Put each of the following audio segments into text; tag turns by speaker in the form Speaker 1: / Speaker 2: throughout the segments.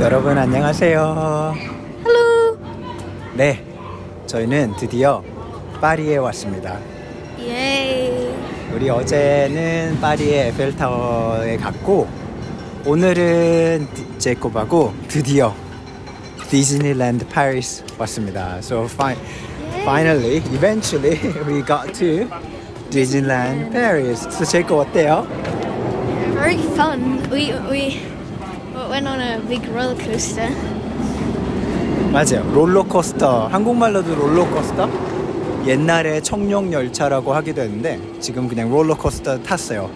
Speaker 1: 여러분 안녕하세요.
Speaker 2: Hello.
Speaker 1: 네, 저희는 드디어 파리에 왔습니다.
Speaker 2: Yay.
Speaker 1: 우리 어제는 파리의 에펠타워에 갔고 오늘은 디- 제이콥하고 드디어 디즈니랜드 파리스 왔습니다. So fi- finally, eventually we got to Disneyland Paris. So 제이콥 어때요?
Speaker 2: Very fun. We we went on a big roller coaster.
Speaker 1: 맞아요. 롤러코스터. 한국말로도 롤러코스터? 옛날에 청룡 열차라고 하기도 했는데 지금 그냥 롤러코스터 탔어요.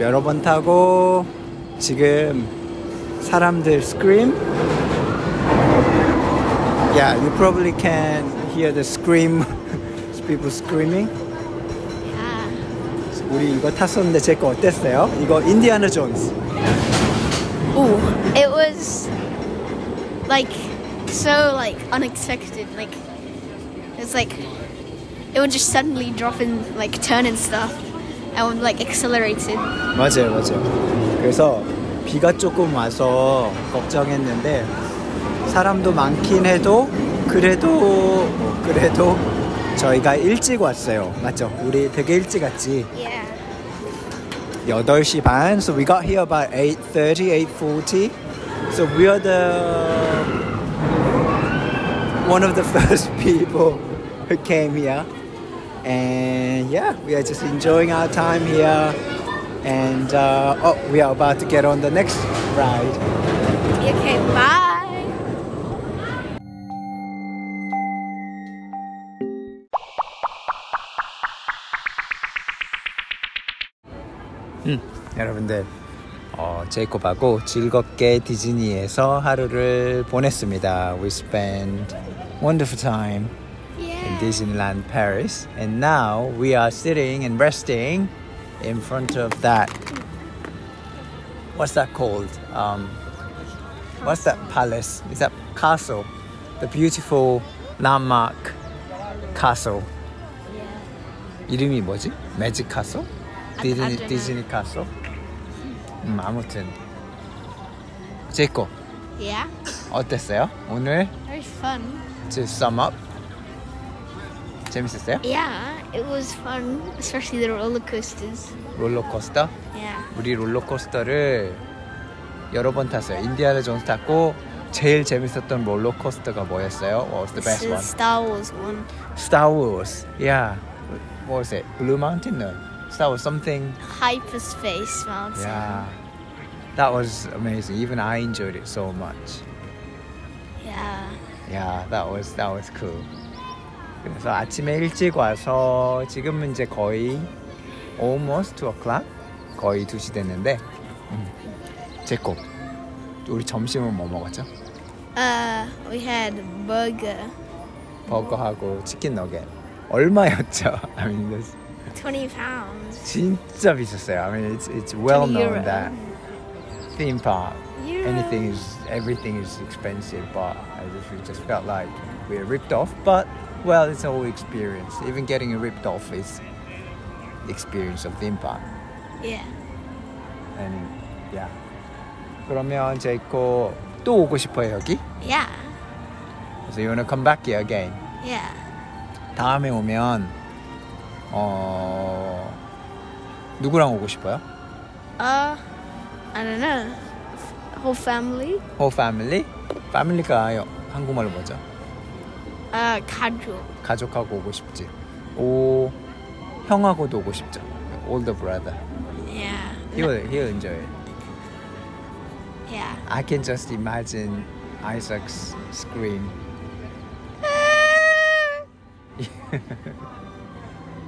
Speaker 1: 여러 번 타고 지금 사람들 scream. Yeah, you probably can hear the scream. People screaming.
Speaker 2: Yeah.
Speaker 1: 우리 이거 탔었는데 제 거 어땠어요? 이거 인디아나 존스.
Speaker 2: Ooh. It was like so like unexpected. Like it's like it would just suddenly drop and like turn and stuff, and like accelerated.
Speaker 1: 맞아요, 맞아요. 그래서 비가 조금 와서 걱정했는데 사람도 많긴 해도 그래도 뭐 그래도 저희가 일찍 왔어요. 맞죠? 우리 되게 일찍 왔지.
Speaker 2: Yeah.
Speaker 1: 8시 반. So we got here about 8:30, 8:40. So we are the one of the first people who came here. And yeah, we are just enjoying our time here. And uh, oh, we are about to get on the next ride.
Speaker 2: Okay. Bye.
Speaker 1: 여러분들 어, 제이콥하고 즐겁게 디즈니에서 하루를 보냈습니다. We spent wonderful time in
Speaker 2: Yeah.
Speaker 1: Disneyland Paris, and now we are sitting and resting in front of that. What's that called? Um, what's that palace? Is that castle? The beautiful landmark castle. 이름이 뭐지? Magic Castle? 디즈니
Speaker 2: don't know.
Speaker 1: 디즈니 Castle? 음, 아무튼 제이콥
Speaker 2: Yeah.
Speaker 1: 어땠어요? 오늘
Speaker 2: Very fun.
Speaker 1: to sum up 재밌었어요?
Speaker 2: Yeah, it was fun, especially the roller coasters.
Speaker 1: 롤러코스터?
Speaker 2: Yeah.
Speaker 1: 우리 롤러코스터를 여러 번 탔어요. 인디아나 존스 탔고 제일 재밌었던 롤러코스터가 뭐였어요? What was the best
Speaker 2: This is
Speaker 1: one?
Speaker 2: Star Wars one.
Speaker 1: Star Wars. Yeah. What was it? Blue Mountain? No. Star Wars something.
Speaker 2: Hyperspace mountain.
Speaker 1: Yeah. That was amazing. Even I enjoyed it so much.
Speaker 2: Yeah.
Speaker 1: Yeah, that was that was cool. 그래서 아침에 일찍 와서 지금은 이제 거의 almost 2 o'clock 거의 2시 됐는데 음. 제코 우리 점심은 뭐 먹었죠?
Speaker 2: Uh, we had burger,
Speaker 1: 버거하고 치킨 너겟 얼마였죠? I mean, this-
Speaker 2: twenty pounds.
Speaker 1: 진짜 비쌌어요. I mean, it's it's well
Speaker 2: 20
Speaker 1: known
Speaker 2: euro.
Speaker 1: that theme park
Speaker 2: Euro.
Speaker 1: anything is everything is expensive but I just, we just felt like we were ripped off but well it's a whole experience even getting ripped off is the experience of the impact
Speaker 2: Yeah.
Speaker 1: and yeah 그러면 제이코 또 오고 싶어요 여기
Speaker 2: Yeah.
Speaker 1: so you wanna come back here again
Speaker 2: Yeah.
Speaker 1: 다음에 오면 어 누구랑 오고 싶어요?
Speaker 2: Uh, I don't know. Whole family.
Speaker 1: whole 어, family? family가 여- 한국말로 뭐죠?
Speaker 2: Uh, casual.
Speaker 1: 가족하고 오고 싶지. 오 형하고도 오고 싶죠. Older brother.
Speaker 2: Yeah.
Speaker 1: He'll he'll enjoy it.
Speaker 2: Yeah.
Speaker 1: I can just imagine Isaac's scream.
Speaker 2: Uh,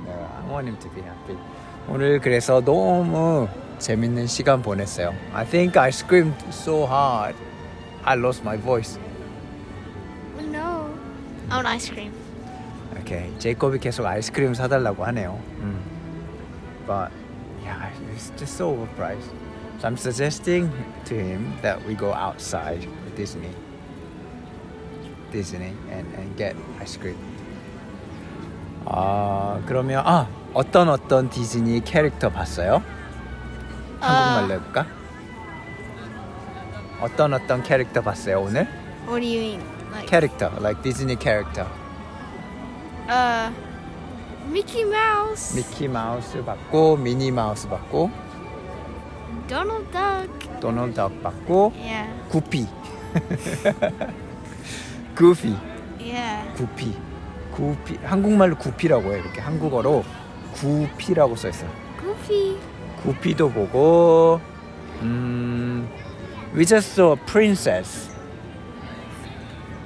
Speaker 1: No, I want him to be happy. 오늘 그래서 너무 재밌는 시간 보냈어요. I think I screamed so hard. I lost my voice.
Speaker 2: No. I want ice cream.
Speaker 1: Okay. 제이콥이 계속 아이스크림 사달라고 하네요. 음. But yeah, it's just so overpriced. So I'm suggesting to him that we go outside Disney, Disney, and and get ice cream. 아 그러면 아 어떤 어떤 디즈니 캐릭터 봤어요? 한국말로 해볼까? 어떤 어떤 캐릭터 봤어요 오늘?
Speaker 2: What do you mean? Like
Speaker 1: 캐릭터, like 디즈니 캐릭터.
Speaker 2: uh Mickey Mouse,
Speaker 1: 미키 마우스 봤고, 미니 마우스 봤고,
Speaker 2: Donald Duck.
Speaker 1: 도널드 덕 봤고,
Speaker 2: Yeah.
Speaker 1: 구피. 구피,
Speaker 2: Yeah.
Speaker 1: 구피, 구피. 한국말로 구피라고 해. 이렇게 한국어로 구피라고 써 있어.
Speaker 2: Goofy.
Speaker 1: 구피도 보고, 음, we just saw princess.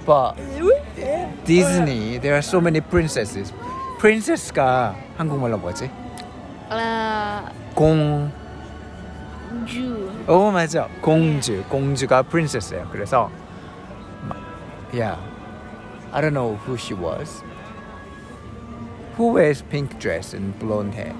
Speaker 1: But 디즈니, there are so many princesses. princess가 한국말로 뭐지?
Speaker 2: Uh
Speaker 1: 공
Speaker 2: Jew.
Speaker 1: 오 Oh, 맞아 공주 공주가 프린세스예요 그래서 마- yeah I don't know who she was who wears pink dress and blonde hair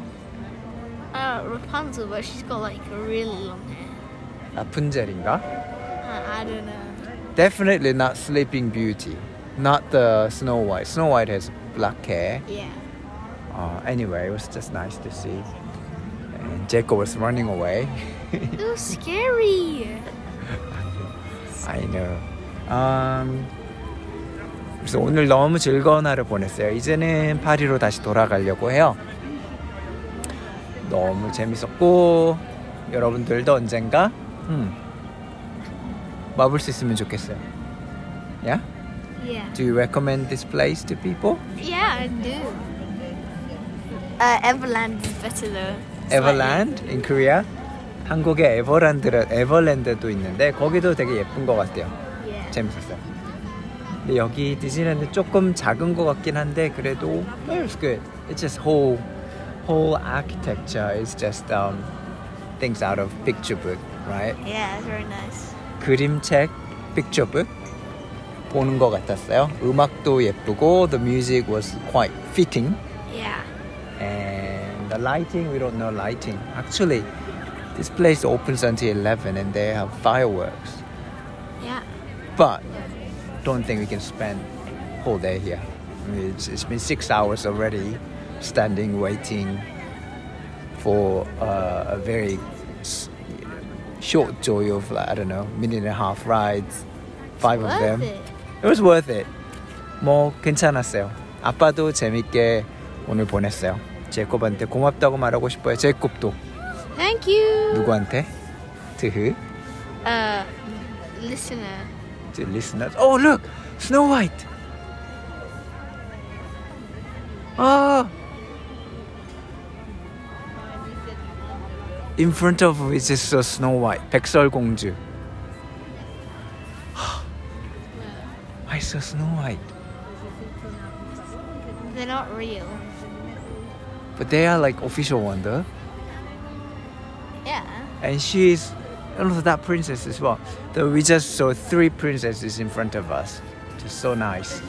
Speaker 2: Uh Rapunzel, but she's got like a really long hair.
Speaker 1: 라푼젤인가
Speaker 2: Uh, I don't know.
Speaker 1: definitely not Sleeping Beauty not the Snow White Snow White has black hair
Speaker 2: Yeah.
Speaker 1: uh, anyway it was just nice to see and Jacob was running away
Speaker 2: It was scary.
Speaker 1: I know. Um, 그래서 오늘 너무 즐거운 하루 보냈어요. 이제는 파리로 다시 돌아가려고 해요. 너무 재밌었고 여러분들도 언젠가 음, 와볼 수 있으면 좋겠어요. Yeah?
Speaker 2: Yeah.
Speaker 1: Do you recommend this place to people?
Speaker 2: Yeah, I do. Uh, Everland is better though.
Speaker 1: Everland in Korea? 한국에 에버랜드 에버랜드도 있는데 거기도 되게 예쁜 것 같아요.
Speaker 2: Slightly. Yeah.
Speaker 1: 재밌었어요. 근데 여기 디즈니랜드 조금 작은 것 같긴 한데 그래도 it was good. It's just whole whole architecture is just um, things out of picture book, right?
Speaker 2: Yeah, it's very nice.
Speaker 1: 그림책 picture book 보는 것 같았어요. 음악도 예쁘고 the music was quite fitting
Speaker 2: Yeah.
Speaker 1: and the lighting we don't know lighting. Actually, this place opens until 11 and they have fireworks.
Speaker 2: Yeah.
Speaker 1: but don't think we can spend whole day here. I mean, it's, it's been six hours already, standing waiting for uh, a very s- short joy of like, I don't know minute and a half rides, five of
Speaker 2: Worth
Speaker 1: them.
Speaker 2: it.
Speaker 1: It was worth it. 뭐 괜찮았어요. 아빠도 재밌게 오늘 보냈어요. 제콥한테 고맙다고 말하고 싶어요. 제콥도
Speaker 2: Thank you.
Speaker 1: 누구한테? To who?
Speaker 2: Uh, listener.
Speaker 1: To listeners. Oh look, Snow White. Ah. In front of is just a Snow White, 백설공주. I saw Snow White,
Speaker 2: They're not real.
Speaker 1: but they are like official one though,
Speaker 2: Yeah.
Speaker 1: and she is also that princess as well. Though we just saw three princesses in front of us, just so nice.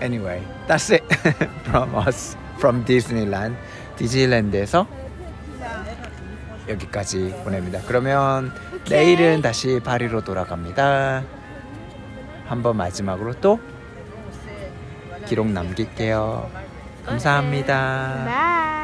Speaker 1: Anyway, that's it from us from Disneyland. 디즈니랜드에서 여기까지 보냅니다. 그러면
Speaker 2: 오케이.
Speaker 1: 내일은 다시 파리로 돌아갑니다. 한번 마지막으로 또 기록 남길게요. 감사합니다. Uh.
Speaker 2: Bye.